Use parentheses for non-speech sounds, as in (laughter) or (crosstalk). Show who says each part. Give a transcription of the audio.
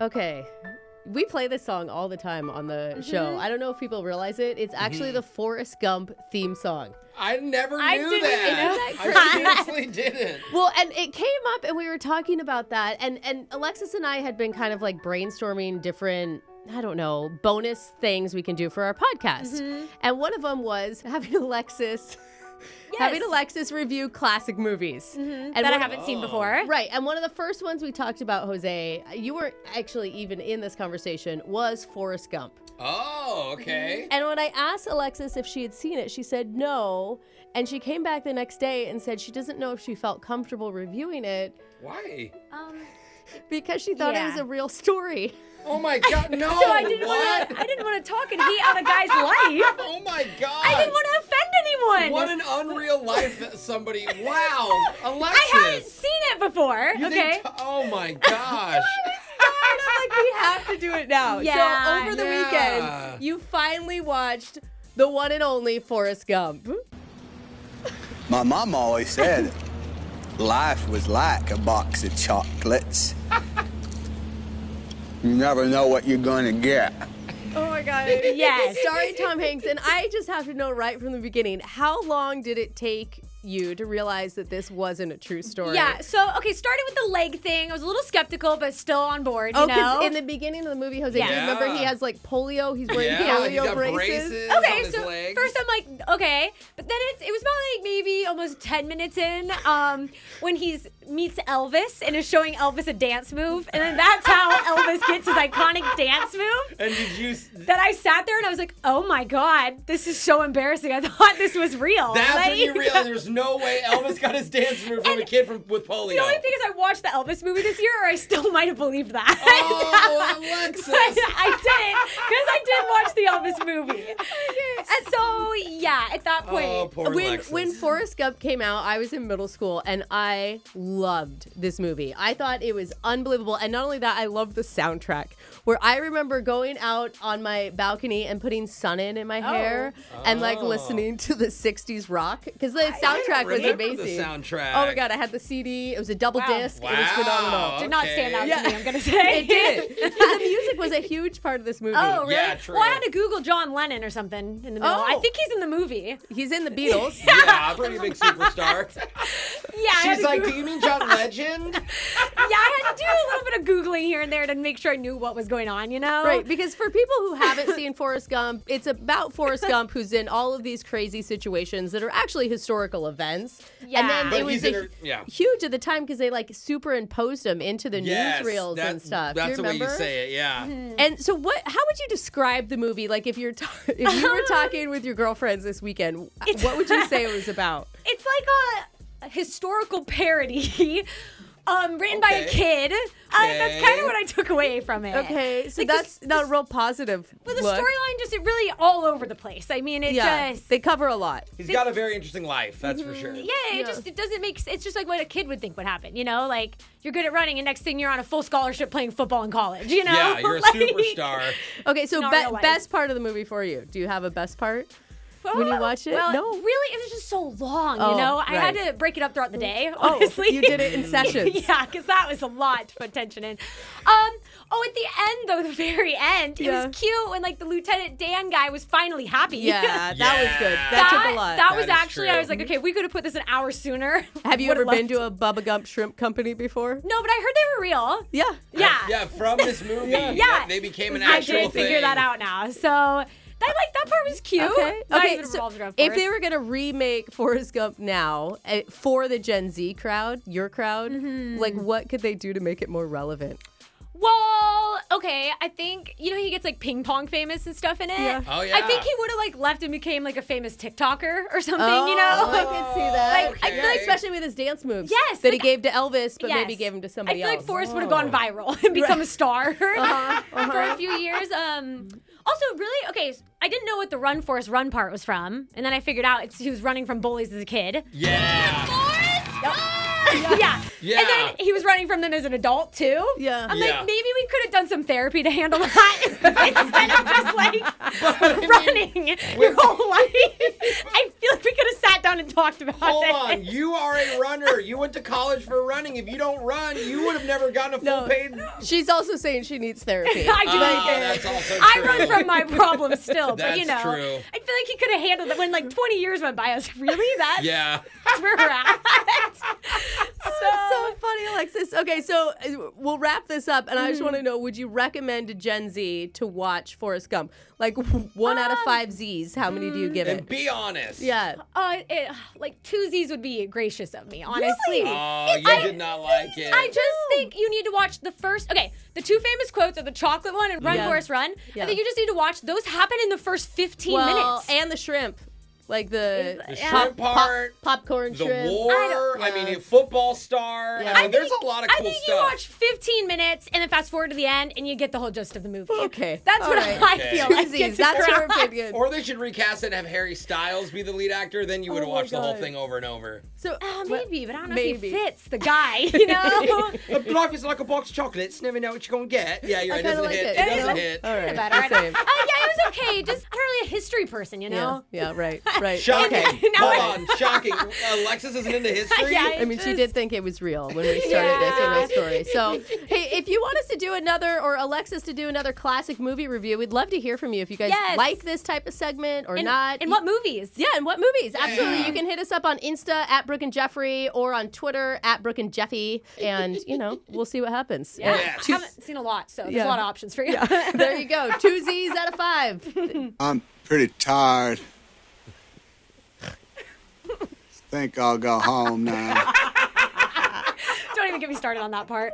Speaker 1: Okay. We play this song all the time on the show. I don't know if people realize it. It's actually the Forrest Gump theme song.
Speaker 2: I never
Speaker 3: I
Speaker 2: knew
Speaker 3: didn't
Speaker 2: that.
Speaker 1: know
Speaker 2: I
Speaker 1: that.
Speaker 2: seriously didn't.
Speaker 1: Well, and it came up and we were talking about that and and Alexis and I had been kind of like brainstorming different I don't know, bonus things we can do for our podcast. And one of them was having (laughs) Alexis having
Speaker 3: Yes.
Speaker 1: Alexis review classic movies. And
Speaker 3: that I
Speaker 1: one-
Speaker 3: haven't seen before.
Speaker 1: (laughs)
Speaker 2: Oh.
Speaker 1: Right. And one of the first ones we talked about, Jose, you weren't actually even in this conversation, was Forrest Gump.
Speaker 2: Oh, okay.
Speaker 1: And when I asked Alexis if she had seen it, she said no. And she came back the next day and said she doesn't know if she felt comfortable reviewing it
Speaker 2: Why?
Speaker 3: Um,
Speaker 1: because she thought it
Speaker 3: Yeah.
Speaker 1: was a real (laughs) story.
Speaker 2: Oh my god, no!
Speaker 3: (laughs) so I didn't want
Speaker 2: what?
Speaker 3: to. I didn't want to talk and be on
Speaker 2: (laughs)
Speaker 3: a guy's life.
Speaker 2: Oh my god!
Speaker 3: I didn't want to offend anyone.
Speaker 2: What an unreal life that
Speaker 3: (laughs)
Speaker 2: somebody. Wow, Alexis.
Speaker 3: I haven't seen it before.
Speaker 2: You think
Speaker 3: okay.
Speaker 2: t- oh
Speaker 3: (laughs)
Speaker 2: my gosh.
Speaker 1: I'm like, we have to do it now.
Speaker 3: Yeah,
Speaker 1: so over the
Speaker 2: yeah.
Speaker 1: weekend, you finally watched the one and only Forrest Gump.
Speaker 4: My mom always said life was like a box of chocolates. you never know what you're gonna get.
Speaker 3: Oh my god. Yes.
Speaker 1: (laughs) Starring Tom Hanks. And I just have to know right from the beginning how long did it take you to realize that this wasn't a true story?
Speaker 3: Yeah. So okay, started with the leg thing. I was a little skeptical, but still on board. You
Speaker 1: Oh,
Speaker 3: know.
Speaker 1: because in the beginning of the movie, Jose, do you
Speaker 3: Yeah.
Speaker 1: remember he has like polio? He's wearing
Speaker 2: Yeah,
Speaker 1: polio
Speaker 2: he's got
Speaker 1: braces.
Speaker 2: braces. on
Speaker 3: Okay,
Speaker 2: his
Speaker 3: so
Speaker 2: legs.
Speaker 3: first I'm like, okay, but then it's, it was about like maybe almost ten minutes in, um, when he's meets Elvis and is showing Elvis a dance move, and then
Speaker 2: (laughs)
Speaker 3: that's how Elvis gets his iconic dance move.
Speaker 2: And did you? s-
Speaker 3: That I sat there and I was like, oh my god, this is so embarrassing. I (laughs) thought this was real.
Speaker 2: That's when you
Speaker 3: Like-
Speaker 2: realize there's no way Elvis got his dance move from a kid from with polio.
Speaker 3: (laughs) The only thing is, I watched the Elvis movie this year, or I still (laughs) might have believed that. (laughs)
Speaker 2: Oh, Alexis.
Speaker 3: But (laughs) I didn't, because I did watch the Elvis movie.
Speaker 2: (laughs)
Speaker 3: And so, yeah, at that point,
Speaker 2: oh, poor
Speaker 1: when
Speaker 2: Alexis.
Speaker 1: when Forrest Gump came out, I was in middle school and I loved this movie. I thought it was unbelievable, and not only that, I loved the soundtrack. Where I remember going out on my balcony and putting sun in in my hair and like
Speaker 2: Oh.
Speaker 1: listening to the '60s rock because the soundtrack was
Speaker 2: remember the
Speaker 1: amazing.
Speaker 2: soundtrack.
Speaker 1: Oh my god, I had the CD. It was a double
Speaker 3: Wow.
Speaker 1: disc. It was
Speaker 2: Wow.
Speaker 1: phenomenal.
Speaker 3: did not stand out
Speaker 2: Okay.
Speaker 3: to me, I'm going to say.
Speaker 1: It
Speaker 3: (laughs)
Speaker 1: did. (laughs) 'Cause the music was a huge part of this movie.
Speaker 3: Oh, really?
Speaker 2: Yeah, true.
Speaker 3: Well, I had to Google John Lennon or something in the middle.
Speaker 1: Oh.
Speaker 3: I think he's in the movie.
Speaker 1: He's in the Beatles.
Speaker 2: Yeah, pretty big superstar.
Speaker 3: Yeah, I had
Speaker 2: She's
Speaker 3: to
Speaker 2: like,
Speaker 3: Goog-
Speaker 2: do you mean (laughs) John Legend?
Speaker 3: (laughs) yeah, I had to do a little bit of Googling here and there to make sure I knew what was going on, you know?
Speaker 1: Right, because for people who haven't seen Forrest Gump, it's about Forrest Gump who's in all of these crazy situations that are actually historical events. And
Speaker 3: Yeah.
Speaker 1: then
Speaker 3: But
Speaker 1: it was
Speaker 2: he's
Speaker 1: a,
Speaker 2: inter- yeah.
Speaker 1: huge at the time because they like superimposed him into the
Speaker 2: yes,
Speaker 1: newsreels
Speaker 2: that-
Speaker 1: and stuff. Do
Speaker 2: That's
Speaker 1: you
Speaker 2: the way you
Speaker 1: remember?
Speaker 2: say it. Yeah.
Speaker 3: Mm-hmm.
Speaker 1: And so, what? How would you describe the movie? Like, if you're ta- if you were
Speaker 3: (laughs)
Speaker 1: talking with your girlfriends this weekend, what would you say it was about?
Speaker 3: It's like a, a historical parody. (laughs) Um, written by a
Speaker 2: Okay.
Speaker 3: kid. I, that's kind
Speaker 2: Okay.
Speaker 3: of what I took away from it.
Speaker 1: Okay, so
Speaker 3: Eh. Like,
Speaker 1: that's
Speaker 3: this-
Speaker 1: not a real positive.
Speaker 3: But the
Speaker 1: look.
Speaker 3: storyline just it really all over the place. I mean, it
Speaker 1: yeah,
Speaker 3: just
Speaker 1: they cover a lot.
Speaker 2: He's got a very interesting life, that's for sure.
Speaker 3: yeah, it
Speaker 1: Yeah.
Speaker 3: just it doesn't make. s- It's just like what a kid would think would happen. You know, like you're good at running, and next thing you're on a full scholarship playing football in college. You know,
Speaker 2: Yeah, you're a
Speaker 3: (laughs) Like-
Speaker 2: superstar.
Speaker 1: Okay, so
Speaker 3: Not
Speaker 1: be-
Speaker 3: real life.
Speaker 1: best part of the movie for you. Do you have a best part? When you watch it?
Speaker 3: Oh, Well,
Speaker 1: No.
Speaker 3: really, it was just so long.
Speaker 1: Oh,
Speaker 3: you know, I had
Speaker 1: right.
Speaker 3: to break it up throughout the day.
Speaker 1: Oh,
Speaker 3: Honestly,
Speaker 1: you did it in sessions.
Speaker 3: (laughs) yeah, because that was a lot to put attention in. Um, oh, at the end though, the very end,
Speaker 1: Yeah.
Speaker 3: it was cute when like the Lieutenant Dan guy was finally happy.
Speaker 1: Yeah, that was good. That,
Speaker 3: (laughs) That,
Speaker 1: took a lot.
Speaker 3: that was
Speaker 2: That is
Speaker 3: actually,
Speaker 2: true.
Speaker 3: I was like, okay, we could have put this an hour sooner.
Speaker 1: (laughs) Have you ever been to a Bubba Gump shrimp company before?
Speaker 3: No, but I heard they were real.
Speaker 1: Yeah.
Speaker 3: Yeah.
Speaker 2: Yeah, from
Speaker 3: (laughs)
Speaker 2: this movie. yeah. They became an
Speaker 3: I
Speaker 2: actual
Speaker 3: did figure
Speaker 2: thing.
Speaker 3: that out now. So that like that part was cute.
Speaker 1: Okay.
Speaker 3: Not
Speaker 1: okay.
Speaker 3: even
Speaker 1: so
Speaker 3: revolved around
Speaker 1: if they
Speaker 3: Forrest.
Speaker 1: were gonna remake Forrest Gump now uh, for the Gen Z crowd, your crowd,
Speaker 3: Mm-hmm.
Speaker 1: like what could they do to make it more relevant?
Speaker 3: well, okay, I think you know he gets like ping pong famous and stuff in it.
Speaker 1: Yeah.
Speaker 2: Oh,
Speaker 3: I think
Speaker 2: yeah.
Speaker 3: he would have like left and became like a famous TikToker or something. you
Speaker 1: Oh, I
Speaker 3: know. (laughs)
Speaker 1: could see that.
Speaker 3: Like,
Speaker 1: I feel like,
Speaker 2: okay.
Speaker 1: especially with his dance moves.
Speaker 3: Yes,
Speaker 1: That
Speaker 3: like-
Speaker 1: he gave to Elvis, but maybe
Speaker 3: Yes.
Speaker 1: gave him to somebody
Speaker 3: I feel
Speaker 1: else. Oh. Uh-huh.
Speaker 3: like Forrest would have gone viral and become a
Speaker 1: (laughs)
Speaker 3: star (laughs) for a few years. Um, also, really, okay, s- I didn't know what the run Forrest run part was from, and then I figured out it's, he was running from bullies as a kid.
Speaker 2: Yeah.
Speaker 3: Forrest, run! (laughs) Yeah. And then
Speaker 2: Yeah.
Speaker 3: he was running from them as an adult too.
Speaker 1: Yeah.
Speaker 3: I'm
Speaker 2: Yeah.
Speaker 3: like, maybe we could have done some therapy to handle that (laughs) instead of
Speaker 2: (laughs)
Speaker 3: just like running your whole life. I feel like we could have sat down and talked about
Speaker 2: Hold
Speaker 3: it.
Speaker 2: on, you are a runner. You went to college for running. If you don't run, you would have never gotten a
Speaker 1: No.
Speaker 2: full paid.
Speaker 1: She's also saying she needs therapy.
Speaker 3: (laughs) (laughs) I do.
Speaker 2: Ah, that's also
Speaker 3: I
Speaker 2: true.
Speaker 3: run from my problems still, but you know,
Speaker 2: That's true.
Speaker 3: I feel like he could have handled it when like 20 years went by. I was really that. (laughs)
Speaker 2: Yeah.
Speaker 3: That's where we're at.
Speaker 1: That's
Speaker 3: so,
Speaker 1: so funny, Alexis. Okay, so uh, we'll wrap this up, and I just want to know: Would you recommend to Gen Z to watch Forrest Gump? Like one out of five Z's, how many do you give
Speaker 2: And
Speaker 1: it?
Speaker 2: be honest.
Speaker 1: Um, mm, Yeah,
Speaker 3: uh, it, like two Z's would be gracious of me, honestly.
Speaker 2: Oh, you
Speaker 3: I-
Speaker 2: did not like it.
Speaker 3: I just think you need to watch the first. Okay, the two famous quotes are the chocolate one and Run
Speaker 1: Yeah.
Speaker 3: Forrest Run.
Speaker 1: Yeah.
Speaker 3: I think you just need to watch those happen in the first 15
Speaker 1: well,
Speaker 3: minutes.
Speaker 1: and the shrimp, like the,
Speaker 2: the
Speaker 3: yeah.
Speaker 2: shrimp part,
Speaker 1: popcorn
Speaker 2: the
Speaker 1: shrimp.
Speaker 2: war. I,
Speaker 3: don't-
Speaker 2: mean,
Speaker 1: Yeah.
Speaker 2: a football star.
Speaker 1: Yeah.
Speaker 2: I
Speaker 1: I
Speaker 2: mean, there's a lot of
Speaker 3: I
Speaker 2: cool
Speaker 3: think you
Speaker 2: stuff.
Speaker 3: watch 15 minutes and then fast forward to the end and you get the whole gist of the movie.
Speaker 1: Okay.
Speaker 3: That's
Speaker 1: All
Speaker 3: what
Speaker 1: right.
Speaker 3: I
Speaker 2: Okay.
Speaker 3: feel like.
Speaker 1: Z's,
Speaker 3: gets
Speaker 1: that's your
Speaker 3: across.
Speaker 1: opinion.
Speaker 2: or they should recast it and have Harry Styles be the lead actor. Then you would
Speaker 1: Oh
Speaker 2: have
Speaker 1: my
Speaker 2: watched the whole
Speaker 1: God.
Speaker 2: thing over and over.
Speaker 1: So
Speaker 3: Uh,
Speaker 1: what-
Speaker 3: maybe, but I don't know
Speaker 1: Maybe.
Speaker 3: if he fits the guy, (laughs)
Speaker 1: (laughs)
Speaker 3: you know?
Speaker 2: Life is like a box of chocolates. Never know what you're gonna get. Yeah, you're
Speaker 1: I kind
Speaker 2: right. It doesn't
Speaker 1: of like
Speaker 2: hit.
Speaker 1: it.
Speaker 2: It, doesn't hit.
Speaker 1: All right,
Speaker 3: about
Speaker 1: the
Speaker 3: it.
Speaker 1: same.
Speaker 3: Uh, yeah, it was okay. Just, I'm not really a history person, you
Speaker 1: Yeah,
Speaker 3: know?
Speaker 1: yeah, right, (laughs) right.
Speaker 2: Shocking.
Speaker 1: Okay.
Speaker 3: Now
Speaker 2: Hold on. Shocking. Alexis isn't into history.
Speaker 3: (laughs) Yeah,
Speaker 1: I mean, she
Speaker 3: Just-
Speaker 1: did think it was real when we started this in
Speaker 3: Yeah.
Speaker 1: real story.
Speaker 3: (laughs)
Speaker 1: So, hey, if you want us to do another or Alexis to do another classic movie review, we'd love to hear from you. If you guys
Speaker 3: Yes.
Speaker 1: like this type of segment or
Speaker 3: And,
Speaker 1: not,
Speaker 3: and what movies?
Speaker 1: yeah, and what movies? Absolutely,
Speaker 2: Yeah.
Speaker 1: you can hit us up on Insta at Brooke and Jeffrey or on Twitter at Brooke and Jeffy, and you know we'll see what happens.
Speaker 3: Yeah.
Speaker 2: Yes.
Speaker 3: I haven't seen a lot, so there's
Speaker 1: Yeah.
Speaker 3: a lot of options for you.
Speaker 1: (laughs)
Speaker 3: (laughs)
Speaker 1: There you go, two Z's out of five.
Speaker 4: I'm pretty tired. Think I'll go home now.
Speaker 3: Don't even get me started on that part.